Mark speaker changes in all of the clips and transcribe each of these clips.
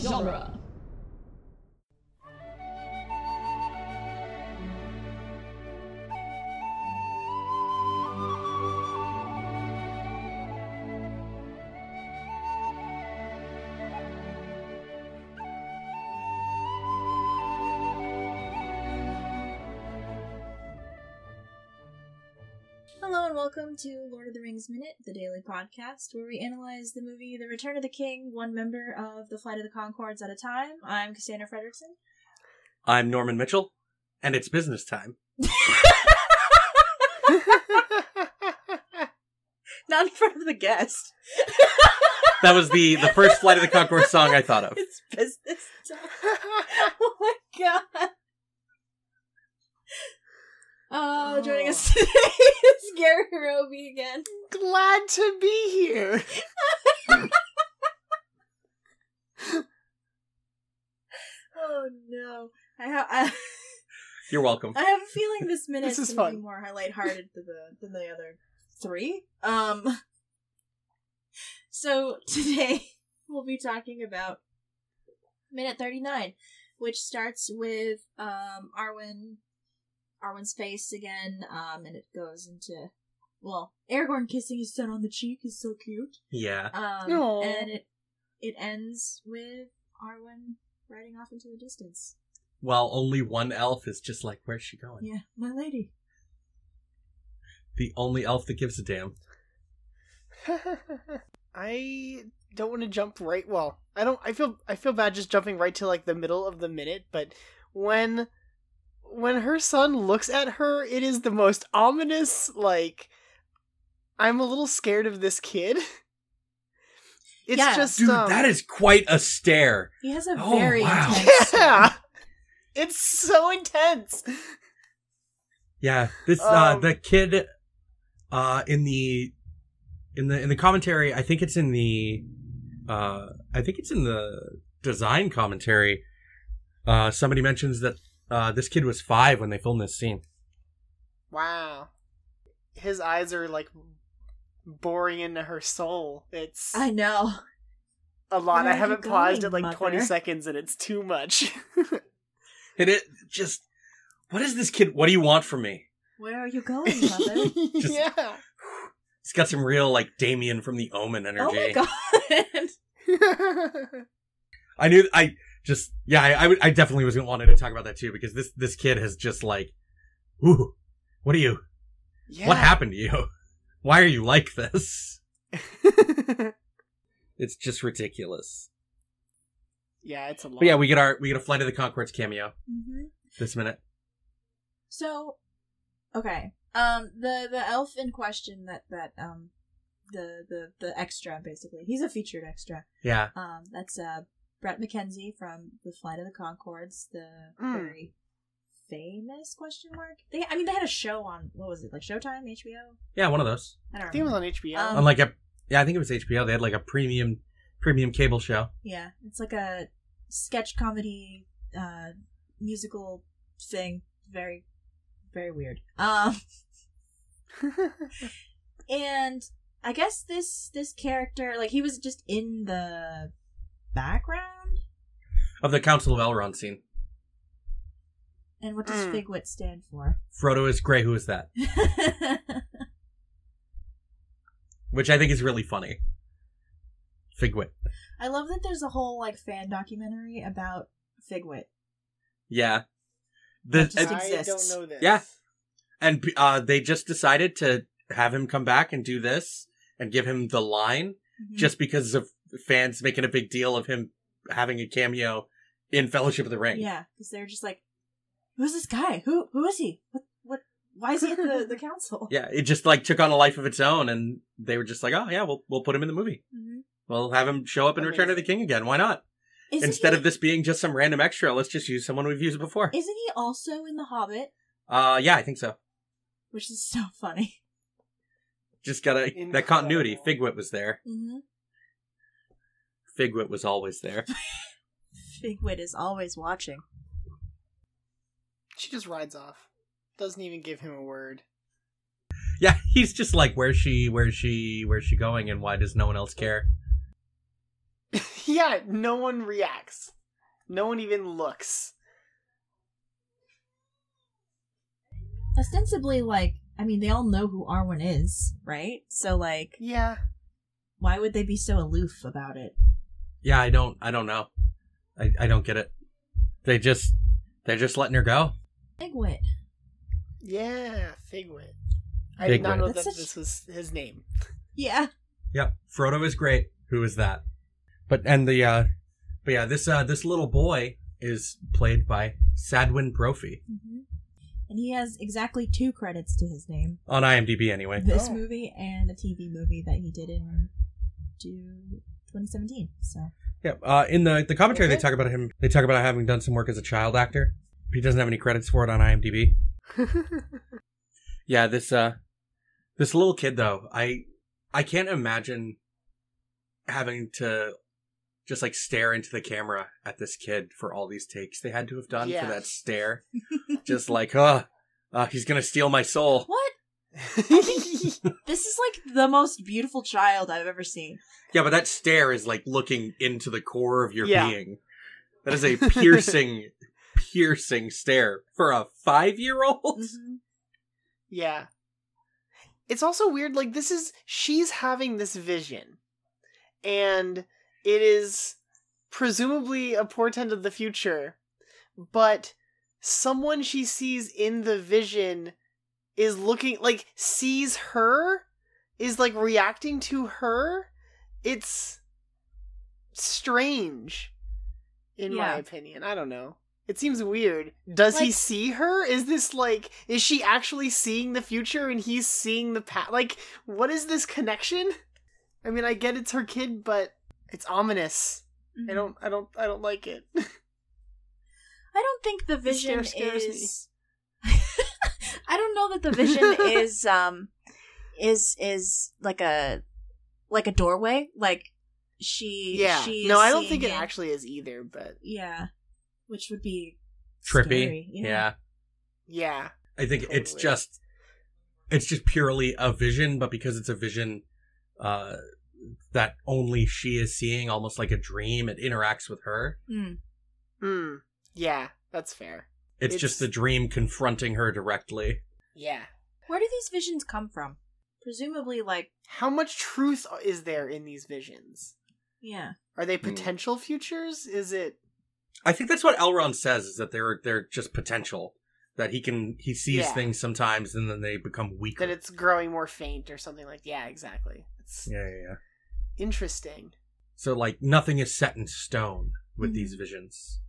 Speaker 1: genre. Hello and welcome to Lord of the Rings Minute, the daily podcast where we analyze the movie The Return of the King, one member of the Flight of the Concords at a time. I'm Cassandra Fredrickson.
Speaker 2: I'm Norman Mitchell, and it's business time.
Speaker 1: Not in front of the guest.
Speaker 2: That was the the first Flight of the Concord song I thought of.
Speaker 1: It's business time. oh my god. Uh, joining
Speaker 2: Oh.
Speaker 1: us today is Gary Roby again.
Speaker 3: Glad to be here.
Speaker 1: Oh no. I, ha- I,
Speaker 2: You're welcome.
Speaker 1: I have a feeling this minute's
Speaker 3: is
Speaker 1: gonna be
Speaker 3: fun.
Speaker 1: more lighthearted than the than the other three. Um So today we'll be talking about minute thirty nine, which starts with um Arwen Arwen's face again, um, and it goes into well, Aragorn kissing his son on the cheek is so cute.
Speaker 2: Yeah,
Speaker 1: Um
Speaker 3: Aw.
Speaker 1: and it it ends with Arwen riding off into the distance.
Speaker 2: while only one elf is just like, where's she going?
Speaker 1: Yeah, my lady.
Speaker 2: The only elf that gives a damn.
Speaker 3: I don't want to jump right. Well, I don't. I feel. I feel bad just jumping right to like the middle of the minute. But when when her son looks at her, it is the most ominous. Like I'm a little scared of this kid. It's
Speaker 1: Yeah.
Speaker 3: just
Speaker 2: Dude,
Speaker 3: um,
Speaker 2: that is quite a stare.
Speaker 1: He has a
Speaker 2: Oh,
Speaker 1: very
Speaker 2: wow.
Speaker 1: intense stare.
Speaker 3: yeah. It's so intense.
Speaker 2: Yeah, this uh,
Speaker 3: Um,
Speaker 2: the kid uh, in the in the in the commentary. I think it's in the uh, I think it's in the design commentary. Uh, somebody mentions that uh, this kid was five when they filmed this scene.
Speaker 3: Wow. His eyes are like boring into her soul. It's
Speaker 1: I know.
Speaker 3: a lot.
Speaker 1: Where
Speaker 3: I
Speaker 1: are you
Speaker 3: haven't paused at
Speaker 1: going,
Speaker 3: like 20
Speaker 1: mother?
Speaker 3: seconds and it's too much.
Speaker 2: And it just, what is this kid? What do you want from me?
Speaker 1: Where are you going, mother?
Speaker 3: yeah.
Speaker 2: He's got some real like Damien from the Omen energy.
Speaker 1: oh my god.
Speaker 2: I knew I just yeah I I, would- I definitely was gonna wanted to talk about that too because this this kid has just like, ooh, what are you?
Speaker 3: yeah.
Speaker 2: What happened to you? Why are you like this?
Speaker 3: happened?
Speaker 2: It's just ridiculous.
Speaker 3: yeah, it's a lot.
Speaker 2: But yeah, we get our we get a Flight of the Concords cameo
Speaker 1: hmm
Speaker 2: this minute.
Speaker 1: So, okay. Um, the the elf in question that that um, the the the extra basically. He's a featured extra.
Speaker 2: Yeah,
Speaker 1: Um, that's uh Brett McKenzie from the Flight of the Concords, the
Speaker 3: Mm.
Speaker 1: very famous question mark. They, I mean, they had a show on what was it like Showtime, HBO?
Speaker 2: yeah, one of those.
Speaker 1: I don't
Speaker 3: I think it
Speaker 1: remember.
Speaker 3: was on HBO.
Speaker 1: Um,
Speaker 2: On like a yeah, I think it was HBO. They had like a premium premium cable show.
Speaker 1: Yeah, it's like a sketch comedy uh musical thing. Very very weird. Um and I guess this this character like he was just in the background.
Speaker 2: Of the Council of Elrond scene.
Speaker 1: And what
Speaker 2: Hmm.
Speaker 1: does
Speaker 3: Mm.
Speaker 1: Figwit stand for?
Speaker 2: Frodo is Grey, who is that? Which I think is really funny. Figwit.
Speaker 1: I love that there's a whole like fan documentary about Figwit.
Speaker 2: Yeah. The,
Speaker 1: That just
Speaker 2: and,
Speaker 3: I
Speaker 1: exists.
Speaker 3: don't know this.
Speaker 2: Yeah. and uh, they just decided to have him come back and do this and give him the line
Speaker 1: Mhm.
Speaker 2: just because of fans making a big deal of him having a cameo in Fellowship of the Ring.
Speaker 1: Mm-hmm. yeah, because they're just like, who's this guy? Who who is he? What what? Why is he at the the council?
Speaker 2: Yeah, it just like took on a life of its own and they were just like, "Oh, yeah, we'll we'll put him in the movie.
Speaker 1: Mhm.
Speaker 2: We'll have him show up in Return of the
Speaker 3: Amazing.
Speaker 2: King again. Why not?
Speaker 1: Isn't
Speaker 2: Instead
Speaker 1: he-
Speaker 2: of this being just some random extra, let's just use someone we've used before."
Speaker 1: Isn't he also in The Hobbit?
Speaker 2: Uh yeah, I think so.
Speaker 1: Which is so funny.
Speaker 2: Just got to that
Speaker 3: Incredible.
Speaker 2: continuity. Figwit was there.
Speaker 1: Mm-hmm.
Speaker 2: Figwit was always there.
Speaker 1: Figwit is always watching.
Speaker 3: She just rides off. Doesn't even give him a word.
Speaker 2: Yeah, he's just like, where's she? Where's she? Where's she going? And why does no one else care?
Speaker 3: yeah, no one reacts. No one even looks.
Speaker 1: Ostensibly, like, I mean, they all know who Arwen is, right? So, like,
Speaker 3: Yeah.
Speaker 1: why would they be so aloof about it?
Speaker 2: Yeah, I don't. I don't know. I, I don't get it. They just they're just letting her go.
Speaker 1: Figwit.
Speaker 3: Yeah, Figwit. I did not
Speaker 2: Figwit.
Speaker 3: know
Speaker 1: That's
Speaker 3: that
Speaker 1: such-
Speaker 3: this was his name.
Speaker 1: Yeah.
Speaker 2: Yep, Frodo is great. Who is that? But and the uh, but yeah, this uh this little boy is played by Sadwin Brophy
Speaker 1: hmm And he has exactly two credits to his name.
Speaker 2: on IMDb anyway.
Speaker 1: This
Speaker 3: Oh.
Speaker 1: movie and a TV movie that he did in do- 2017. So,
Speaker 2: Yep. Uh, in the the commentary they
Speaker 3: Okay.
Speaker 2: talk about him. They talk about having done some work as a child actor. He doesn't have any credits for it on IMDb. Yeah, this uh, this little kid though, I I can't imagine having to just like stare into the camera at this kid for all these takes they had to have done
Speaker 3: Yeah.
Speaker 2: for that stare. just like, uh, uh, he's gonna steal my soul.
Speaker 1: what? This is like the most beautiful child I've ever seen.
Speaker 2: Yeah, but that stare is like looking into the core of your
Speaker 3: Yeah.
Speaker 2: being. That is a piercing, piercing stare for a five year old.
Speaker 1: Mm-hmm.
Speaker 3: yeah. It's also weird, like, this is. She's having this vision. And it is presumably a portent of the future. But someone she sees in the vision is looking. Like, sees her, is, like, reacting to her. It's strange, in my
Speaker 1: Yeah.
Speaker 3: opinion. I don't know. It seems weird. Does he
Speaker 1: Like-
Speaker 3: see her? Is this like is she actually seeing the future and he's seeing the past? Like what is this connection? I mean, I get it's her kid, but it's ominous. I don't I don't I don't like it.
Speaker 1: I don't think the vision
Speaker 3: stare scares
Speaker 1: is. I don't know that the vision is um is is like a like a doorway like she
Speaker 3: yeah.
Speaker 1: she
Speaker 3: no,
Speaker 1: is
Speaker 3: I don't
Speaker 1: seeing
Speaker 3: think it actually is either, but
Speaker 1: yeah which would be
Speaker 3: Mm-hmm.
Speaker 2: Trippy.
Speaker 1: scary, yeah.
Speaker 3: yeah.
Speaker 2: I think it's
Speaker 3: Totally.
Speaker 2: just it's just purely a vision, but because it's a vision uh that only she is seeing, almost like a dream, it interacts with her.
Speaker 1: Mm.
Speaker 3: Mm. Yeah, that's fair.
Speaker 2: It's,
Speaker 3: It's-
Speaker 2: just the dream confronting her directly.
Speaker 3: Yeah.
Speaker 1: Where do these visions come from? Presumably, like
Speaker 3: How much truth is there in these visions?
Speaker 1: yeah,
Speaker 3: Are they
Speaker 2: Hmm.
Speaker 3: potential futures? Is it
Speaker 2: I think that's what Elrond says is that they're they're just potential. That he can he sees
Speaker 3: Yeah.
Speaker 2: things sometimes and then they become weaker.
Speaker 3: that it's growing more faint or something like yeah, exactly. It's
Speaker 2: yeah, yeah, yeah.
Speaker 3: interesting.
Speaker 2: So like nothing is set in stone with
Speaker 3: Mm-hmm.
Speaker 1: Mhm.
Speaker 2: these visions.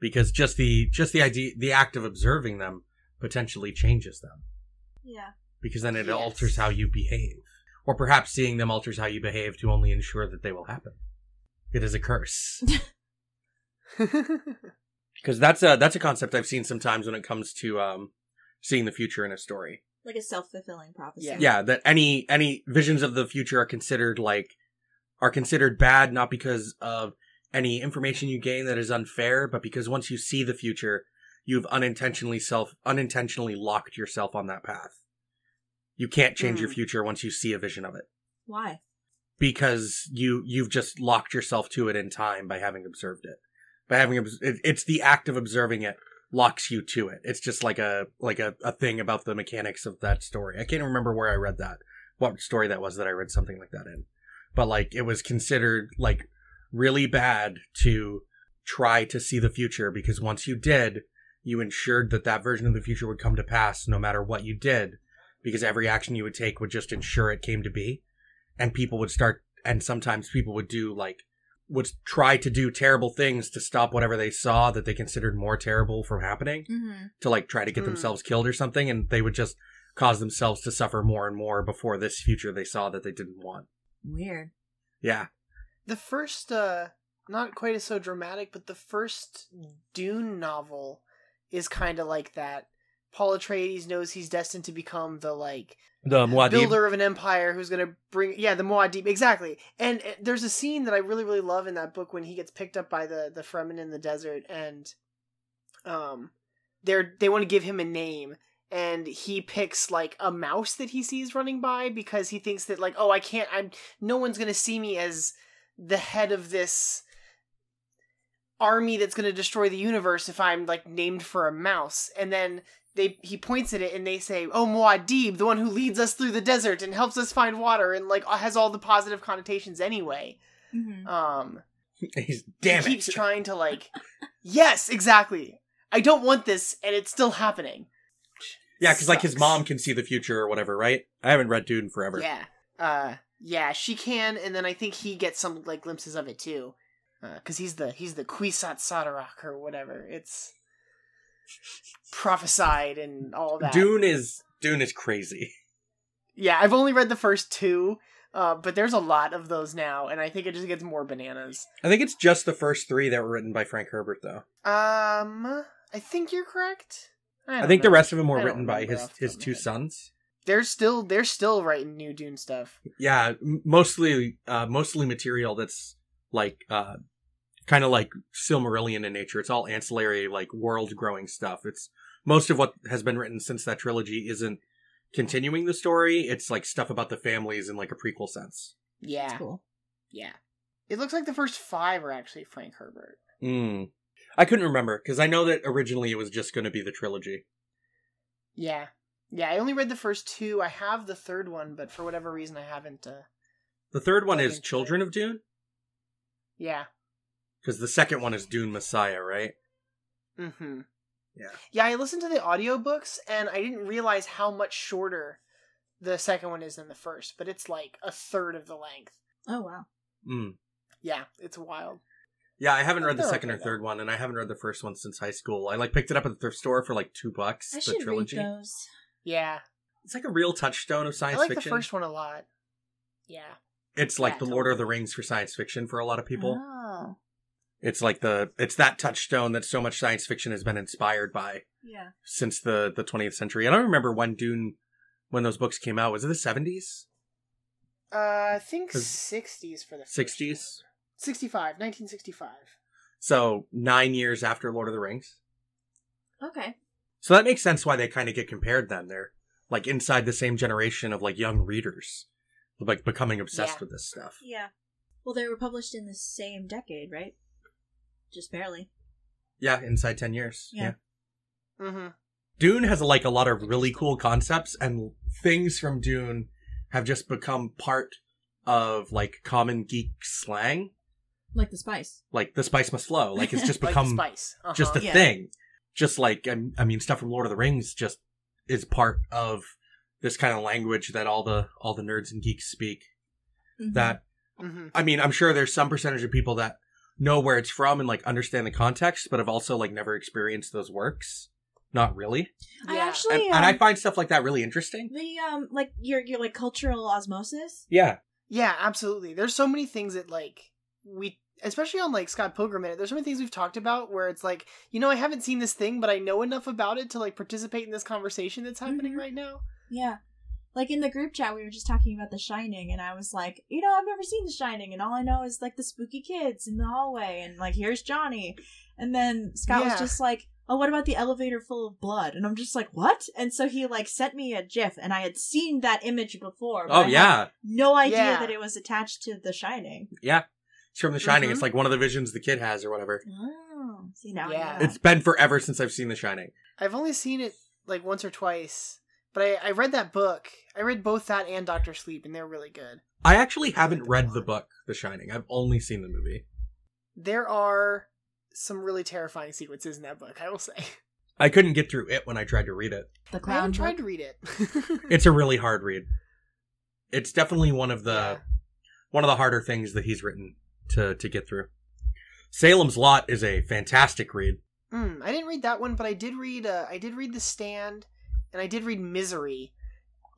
Speaker 2: Because just the just the idea the act of observing them potentially changes them.
Speaker 1: yeah.
Speaker 2: because then it
Speaker 3: Yes.
Speaker 2: alters how you behave. Or perhaps seeing them alters how you behave to only ensure that they will happen. It is a curse. Because that's a that's a concept I've seen sometimes when it comes to um, seeing the future in a story.
Speaker 1: Like a self fulfilling prophecy.
Speaker 3: Yeah.
Speaker 2: Yeah, that any any visions of the future are considered like are considered bad not because of any information you gain that is unfair, but because once you see the future, you've unintentionally self unintentionally locked yourself on that path. You can't change your
Speaker 3: Mm.
Speaker 2: future once you see a vision of it.
Speaker 1: Why?
Speaker 2: because you you've just locked yourself to it in time by having observed it by having obs- it, it's the act of observing it locks you to it it's just like a like a, a thing about the mechanics of that story i can't remember where i read that what story that was that i read something like that in but like it was considered like really bad to try to see the future because once you did you ensured that that version of the future would come to pass no matter what you did because every action you would take would just ensure it came to be and people would start and sometimes people would do like would try to do terrible things to stop whatever they saw that they considered more terrible from happening
Speaker 1: Mm-hmm.
Speaker 2: to like try to get
Speaker 3: Mm.
Speaker 2: themselves killed or something and they would just cause themselves to suffer more and more before this future they saw that they didn't want
Speaker 1: Weird.
Speaker 2: yeah
Speaker 3: the first uh not quite as so dramatic but the first dune novel is kind of like that paul atreides knows he's destined to become the like
Speaker 2: the
Speaker 3: builder of an empire who's going to bring yeah the muad'dib exactly and uh, there's a scene that i really really love in that book when he gets picked up by the the fremen in the desert and um they're they want to give him a name and he picks like a mouse that he sees running by because he thinks that like oh i can't i'm no one's going to see me as the head of this army that's going to destroy the universe if I'm like named for a mouse. And then they he points at it and they say, "Oh, Muad'Dib, the one who leads us through the desert and helps us find water and like uh, has all the positive connotations anyway."
Speaker 1: Mhm.
Speaker 3: Um
Speaker 2: He's damn
Speaker 3: he keeps
Speaker 2: it.
Speaker 3: trying to like Yes, exactly. I don't want this and it's still happening.
Speaker 2: yeah, because like his
Speaker 3: Sucks.
Speaker 2: mom can see the future or whatever, right? I haven't read Dune forever.
Speaker 3: Yeah. Uh yeah, she can and then I think he gets some like glimpses of it too. Uh, cuz he's the he's the Kwisatz Haderach or whatever. It's prophesied and all that.
Speaker 2: Dune is Dune is crazy.
Speaker 3: Yeah, I've only read the first two, uh, but there's a lot of those now, and I think it just gets more bananas.
Speaker 2: I think it's just the first three that were written by Frank Herbert, though.
Speaker 3: Um, I think you're correct.
Speaker 2: I,
Speaker 3: don't
Speaker 2: think the
Speaker 3: know.
Speaker 2: rest of them were
Speaker 3: I don't
Speaker 2: written by
Speaker 3: remember
Speaker 2: his
Speaker 3: off the
Speaker 2: his
Speaker 3: top of my
Speaker 2: two
Speaker 3: head.
Speaker 2: sons.
Speaker 3: They're still they're still writing new Dune stuff.
Speaker 2: Yeah, m- mostly uh, mostly material that's like uh, kind of like Silmarillion in nature. It's all ancillary, like world growing stuff. It's most of what has been written since that trilogy isn't continuing the story. It's like stuff about the families in like a prequel sense.
Speaker 1: That's
Speaker 3: Yeah,
Speaker 1: cool.
Speaker 3: yeah. It looks like the first five are actually Frank Herbert.
Speaker 2: Mm. I couldn't remember because I know that originally it was just going to be the trilogy.
Speaker 3: Yeah, yeah. I only read the first two. I have the third one, but for whatever reason, I haven't. Uh,
Speaker 2: The third one is
Speaker 3: Okay.
Speaker 2: Children of Dune
Speaker 3: yeah.
Speaker 2: because the second one is Dune Messiah, right?
Speaker 3: Mm-hmm.
Speaker 2: Yeah.
Speaker 3: Yeah, I listened to the audiobooks and I didn't realize how much shorter the second one is than the first, but it's like a third of the length.
Speaker 1: Oh wow.
Speaker 2: Mm.
Speaker 3: Yeah, it's wild.
Speaker 2: Yeah, I haven't read the
Speaker 3: They're
Speaker 2: second or
Speaker 3: okay, though.
Speaker 2: third one, and I haven't read the first one since high school. I like picked it up at the thrift store for like two bucks.
Speaker 1: I
Speaker 2: the
Speaker 1: should
Speaker 2: trilogy.
Speaker 1: read those.
Speaker 3: Yeah.
Speaker 2: It's like a real touchstone of science
Speaker 3: I like
Speaker 2: fiction.
Speaker 3: the first one a lot. Yeah.
Speaker 2: it's like
Speaker 3: Yeah,
Speaker 2: the Lord of the
Speaker 3: totally. Uh-huh.
Speaker 2: Rings for science fiction for a lot of people.
Speaker 1: Oh.
Speaker 2: It's like the it's that touchstone that so much science fiction has been inspired by
Speaker 1: Yeah.
Speaker 2: since the the 20th century. And I remember when Dune when those books came out was it the 70s,
Speaker 3: Uh, I think
Speaker 2: 'Cause-
Speaker 3: 60s for the first
Speaker 2: 60s?
Speaker 3: one. 65, 1965.
Speaker 2: So 9 years after Lord of the Rings.
Speaker 1: Okay.
Speaker 2: So that makes sense why they kind of get compared then. They're like inside the same generation of like young readers, like becoming obsessed
Speaker 3: Yeah.
Speaker 2: with this stuff.
Speaker 1: Yeah. Well, they were published in the same decade, right? Just barely.
Speaker 2: Yeah, inside 10 years.
Speaker 1: Yeah.
Speaker 3: Mm-hmm.
Speaker 2: Dune has like a lot of really cool concepts and things from Dune have just become part of like common geek slang.
Speaker 1: Like the spice.
Speaker 2: Like the spice must flow. Like it's just
Speaker 3: Like
Speaker 2: become
Speaker 3: the spice. Uh-huh.
Speaker 2: just a
Speaker 1: Yeah.
Speaker 2: thing. Just like I'm- I mean, stuff from Lord of the Rings just is part of this kind of language that all the all the nerds and geeks speak.
Speaker 1: Mhm.
Speaker 2: That
Speaker 3: Mhm.
Speaker 2: I mean, I'm sure there's some percentage of people that know where it's from and like understand the context, but have also like never experienced those works. Not really.
Speaker 1: I
Speaker 3: Oh, Yeah.
Speaker 1: actually
Speaker 2: And, and I
Speaker 1: um,
Speaker 2: find stuff like that really interesting.
Speaker 1: the um like your your like cultural osmosis.
Speaker 2: Yeah.
Speaker 3: Yeah, absolutely. There's so many things that like we especially on like Scott Pilgrim Minute, there's so many things we've talked about where it's like, you know, I haven't seen this thing, but I know enough about it to like participate in this conversation that's happening
Speaker 1: Mhm.
Speaker 3: right now.
Speaker 1: Yeah. Like in the group chat, we were just talking about The Shining, and I was like, you know, I've never seen The Shining, and all I know is like the spooky kids in the hallway, and like, here's Johnny. And then Scott
Speaker 3: Yeah.
Speaker 1: was just like, oh, what about the elevator full of blood? And I'm just like, what? And so he like sent me a GIF, and I had seen that image before. but I
Speaker 2: Oh
Speaker 1: had
Speaker 2: yeah.
Speaker 1: no idea
Speaker 3: Yeah.
Speaker 1: that it was attached to The Shining.
Speaker 2: It's from The Shining.
Speaker 3: Mhm.
Speaker 2: It's like one of the visions the kid has or whatever.
Speaker 1: Oh, see now.
Speaker 3: Yeah.
Speaker 1: I know.
Speaker 2: It's been forever since I've seen The Shining.
Speaker 3: I've only seen it like once or twice, but I, I read that book. I read both that and Doctor Sleep, and they're really good.
Speaker 2: I actually haven't read the book The Shining. I've only seen the movie.
Speaker 3: There are some really terrifying sequences in that book. I will say.
Speaker 2: I couldn't get through it when I tried to read it.
Speaker 1: the
Speaker 3: I haven't
Speaker 1: clown.
Speaker 3: tried
Speaker 1: Tried-
Speaker 3: to read it.
Speaker 2: It's a really hard read. It's definitely one of the one of the harder things that he's written to to get through. Salem's Lot is a fantastic read.
Speaker 3: Mm, I didn't read that one, but I did read. Uh, I did read The Stand, and I did read Misery.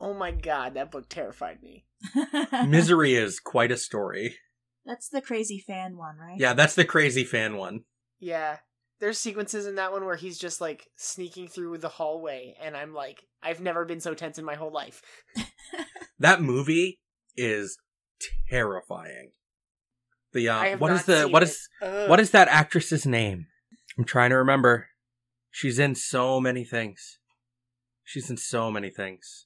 Speaker 3: Oh my god, that book terrified me. Uh-huh.
Speaker 2: Misery is quite a story.
Speaker 1: That's the crazy fan one, right?
Speaker 2: Yeah, that's the crazy fan one.
Speaker 3: Yeah, there's sequences in that one where he's just like sneaking through the hallway, and I'm like, I've never been so tense in my whole life.
Speaker 2: That movie is terrifying. The
Speaker 3: I
Speaker 2: uh,
Speaker 3: have
Speaker 2: what
Speaker 3: not
Speaker 2: is the
Speaker 3: seen
Speaker 2: what
Speaker 3: it.
Speaker 2: is
Speaker 3: Ugh.
Speaker 2: What is that actress's name? I'm trying to remember. She's in so many things. She's in so many things.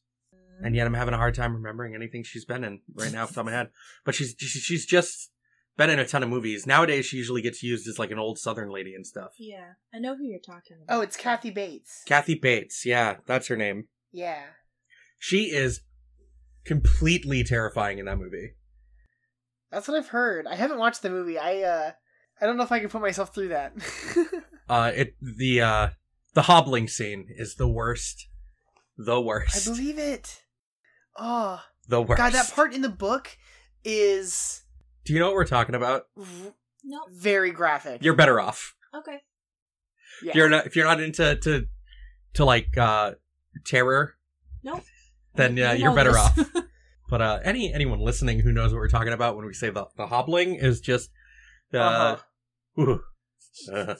Speaker 2: And yet I'm having a hard time remembering anything she's been in right now off the top of my head. But she's she's she's just been in a ton of movies. Nowadays, she usually gets used as like an old Southern lady and stuff.
Speaker 1: Yeah, I know who you're talking about.
Speaker 3: Oh, it's Kathy Bates.
Speaker 2: Kathy Bates, yeah, that's her name.
Speaker 3: Yeah.
Speaker 2: She is completely terrifying in that movie.
Speaker 3: That's what I've heard. I haven't watched the movie. I uh I don't know if I can put myself through that.
Speaker 2: Uh, it the uh the hobbling scene is the worst, the
Speaker 3: I
Speaker 2: worst,
Speaker 3: believe it. Oh,
Speaker 2: the worst.
Speaker 3: god, that part in the book is
Speaker 2: Do you know what we're talking about?
Speaker 3: r-
Speaker 1: Nope.
Speaker 3: very graphic.
Speaker 2: You're better off.
Speaker 3: Oh.
Speaker 1: Okay.
Speaker 3: Yeah.
Speaker 2: If you're not if you're not into to to like uh terror
Speaker 1: Nope.
Speaker 2: then yeah
Speaker 1: You
Speaker 2: you're
Speaker 1: know
Speaker 2: better
Speaker 1: this.
Speaker 2: off but uh any anyone listening who knows what we're talking about when we say the, the hobbling is just uh,
Speaker 3: Uh-huh.
Speaker 2: ooh. Uh,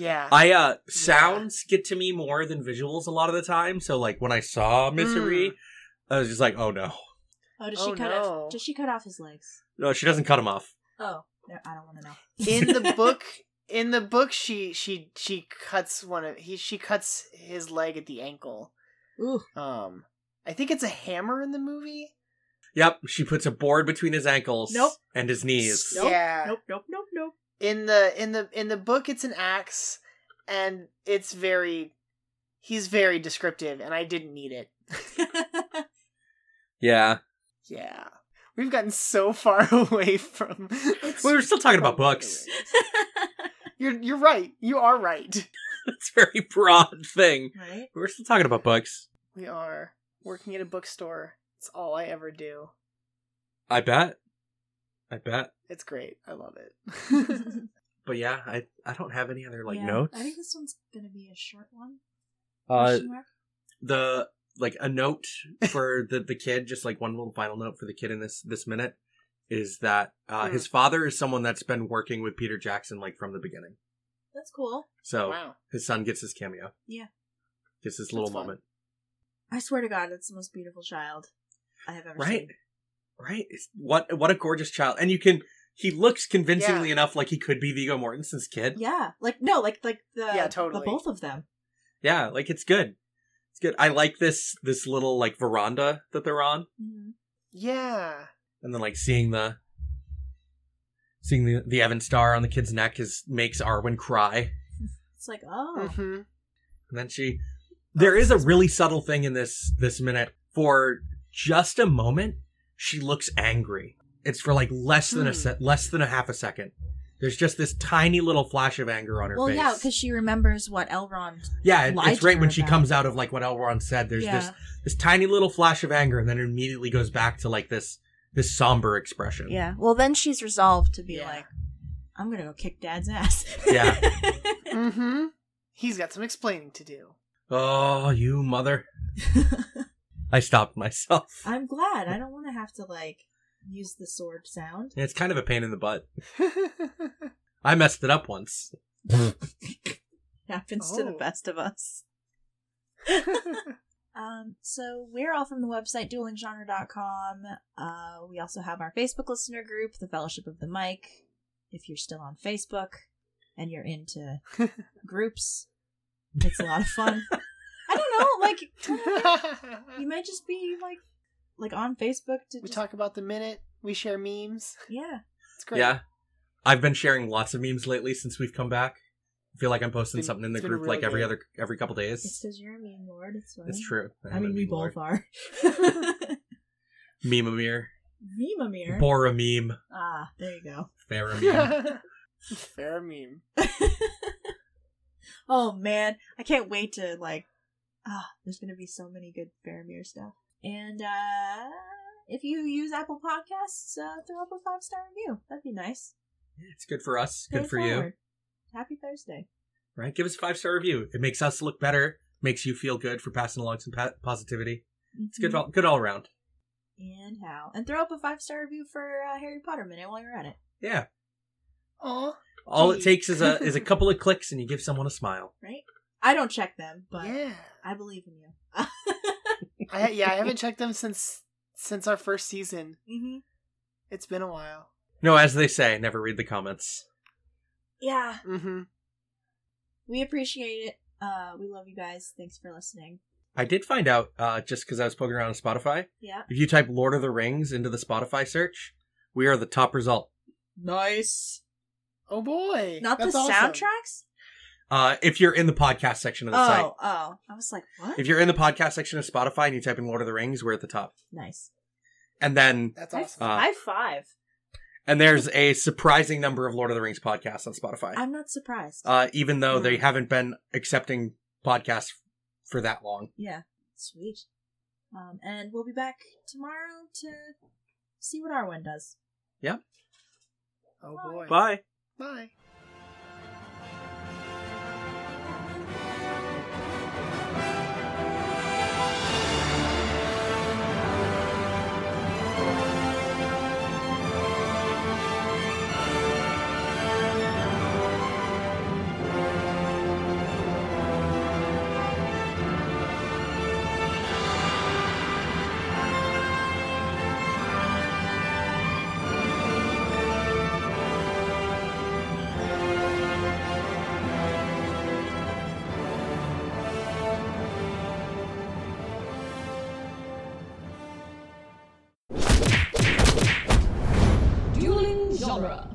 Speaker 3: yeah.
Speaker 2: i uh sounds get to me more than visuals a lot of the time so like when i saw misery
Speaker 3: Mm.
Speaker 2: i was just like oh no
Speaker 1: oh, does
Speaker 3: Oh,
Speaker 1: she cut
Speaker 3: no.
Speaker 1: off? Does she cut off his legs?
Speaker 2: no she doesn't cut him off
Speaker 1: Oh, no, I don't want to know.
Speaker 3: in the book in the book she she she cuts one of he she cuts his leg at the ankle.
Speaker 1: Ooh.
Speaker 3: Um I think it's a hammer in the movie.
Speaker 2: yep she puts a board between his ankles
Speaker 1: Nope.
Speaker 2: and his knees
Speaker 1: Nope,
Speaker 3: Yeah.
Speaker 1: Nope. Nope. Nope. Nope.
Speaker 3: in the in the in the book it's an axe and it's very he's very descriptive and i didn't need it
Speaker 2: yeah
Speaker 3: yeah we've gotten so far away from
Speaker 2: we were still talking about books
Speaker 3: you're you're right you are right
Speaker 2: it's a very broad thing
Speaker 1: right.
Speaker 2: we were still talking about books
Speaker 3: we are working at a bookstore it's all i ever do
Speaker 2: I bet. I bet.
Speaker 3: it's great i love it
Speaker 2: But yeah, I I don't have any other like
Speaker 1: Yeah,
Speaker 2: notes.
Speaker 1: I think this one's gonna be a short one.
Speaker 2: Uh,
Speaker 1: Question mark?
Speaker 2: the like a note for the the kid, just like one little final note for the kid in this this minute is that uh,
Speaker 3: Hmm.
Speaker 2: his father is someone that's been working with Peter Jackson like from the beginning.
Speaker 1: That's cool.
Speaker 2: So
Speaker 3: wow
Speaker 2: his son gets his cameo.
Speaker 1: Yeah.
Speaker 2: Gets this little
Speaker 3: That's fun.
Speaker 2: moment,
Speaker 1: I swear to God, that's the most beautiful child I have ever
Speaker 2: right?
Speaker 1: seen.
Speaker 2: Right. It's, what what a gorgeous child, and you can. He looks convincingly
Speaker 3: Yeah.
Speaker 2: enough like he could be Vigo Mortensen's kid.
Speaker 1: Yeah, like no, like like the
Speaker 3: Yeah, totally.
Speaker 1: the both of them.
Speaker 2: yeah, like it's good. It's good. I like this this little like veranda that they're on.
Speaker 1: Mm-hmm.
Speaker 3: yeah
Speaker 2: and then like seeing the seeing the the Evan star on the kid's neck is makes Arwen cry.
Speaker 1: It's like oh,
Speaker 2: Mm-hmm.
Speaker 3: hmm
Speaker 2: And then she there is a really subtle thing in this this minute for just a moment she looks angry. It's for like less than a
Speaker 3: Hmm.
Speaker 2: se- less than a half a second. There's just this tiny little flash of anger on her
Speaker 1: well,
Speaker 2: face.
Speaker 1: yeah, because she remembers what Elrond.
Speaker 2: yeah, it-
Speaker 1: lied
Speaker 2: it's
Speaker 1: to
Speaker 2: right
Speaker 1: her
Speaker 2: when she
Speaker 1: about
Speaker 2: comes out of like what Elrond said. There's
Speaker 1: yeah,
Speaker 2: this this tiny little flash of anger, and then it immediately goes back to like this this somber expression.
Speaker 1: yeah. Well, then she's resolved to be
Speaker 3: Yeah.
Speaker 1: like, I'm gonna go kick Dad's ass.
Speaker 2: Yeah.
Speaker 3: hmm he's got some explaining to do
Speaker 2: Oh, you mother. I stopped myself.
Speaker 1: I'm glad. I don't want to have to like use the sword sound.
Speaker 2: It's kind of a pain in the butt. I messed it up once.
Speaker 1: happens to the
Speaker 3: Oh.
Speaker 1: best of us. Um, so we're all from the website duelinggenre.com. Uh, we also have our Facebook listener group, the Fellowship of the Mic. If you're still on Facebook and you're into groups, it's a lot of fun. I don't know, like you might just be like like on Facebook to
Speaker 3: We
Speaker 1: just,
Speaker 3: talk about the minute. We share memes.
Speaker 1: yeah.
Speaker 3: It's great.
Speaker 2: Yeah. I've been sharing lots of memes lately since we've come back. I feel like I'm posting
Speaker 3: It's been-
Speaker 2: something in the
Speaker 3: it's been a
Speaker 2: group like
Speaker 3: real
Speaker 2: every
Speaker 3: day.
Speaker 2: other every couple
Speaker 1: It's
Speaker 2: days.
Speaker 1: because you're a meme lord. It's fine.
Speaker 2: It's true.
Speaker 1: I mean, we both are.
Speaker 2: Memamir.
Speaker 1: Meme-a-mere.
Speaker 2: Boromeme.
Speaker 1: ah, there you go.
Speaker 2: Faramir.
Speaker 3: Fair meme.
Speaker 1: Oh man, I can't wait to like. Ah, there's gonna be so many good Faramir stuff. And uh if you use Apple Podcasts, uh, throw up a five star review. That'd be nice.
Speaker 2: it's good for us.
Speaker 1: Pay
Speaker 2: Good
Speaker 1: it
Speaker 2: for you.
Speaker 1: forward. Happy Thursday.
Speaker 2: Right? Give us a five star review. It makes us look better. Makes you feel good for passing along some pa- positivity. It's
Speaker 1: Mm-hmm.
Speaker 2: good, all, good all around.
Speaker 1: And how? And throw up a five star review for uh, Harry Potter minute while you're at it.
Speaker 2: Yeah.
Speaker 3: Aw.
Speaker 2: All it
Speaker 3: Gee.
Speaker 2: takes is a is a couple of clicks, and you give someone a smile.
Speaker 1: I don't check them, but
Speaker 3: Yeah.
Speaker 1: I believe in you.
Speaker 3: I yeah, I haven't checked them since since our first season.
Speaker 1: mm-hmm.
Speaker 3: It's been a while.
Speaker 2: No, as they say, never read the comments.
Speaker 1: Yeah,
Speaker 3: Mm-hmm.
Speaker 1: we appreciate it. Uh, we love you guys. Thanks for listening.
Speaker 2: I did find out uh, just because I was poking around on Spotify.
Speaker 1: Yeah.
Speaker 2: If you type "Lord of the Rings" into the Spotify search, we are the top result.
Speaker 1: Nice.
Speaker 3: Oh boy.
Speaker 1: Not the
Speaker 3: That's awesome.
Speaker 1: soundtracks?
Speaker 2: Uh, if you're in the podcast section of the site,
Speaker 1: Oh, oh. I was like, what?
Speaker 2: if you're in the podcast section of Spotify and you type in Lord of the Rings, we're at the top.
Speaker 1: nice.
Speaker 2: And then,
Speaker 3: That's
Speaker 1: High-
Speaker 3: awesome.
Speaker 2: Uh,
Speaker 1: high five.
Speaker 2: and there's a surprising number of Lord of the Rings podcasts on Spotify.
Speaker 1: I'm not surprised.
Speaker 2: uh, even though
Speaker 1: Mm.
Speaker 2: they haven't been accepting podcasts for that long.
Speaker 1: yeah. Sweet. Um, and we'll be back tomorrow to see what Arwen does.
Speaker 3: oh boy.
Speaker 2: Bye.
Speaker 3: Bye.
Speaker 4: Dueling genre.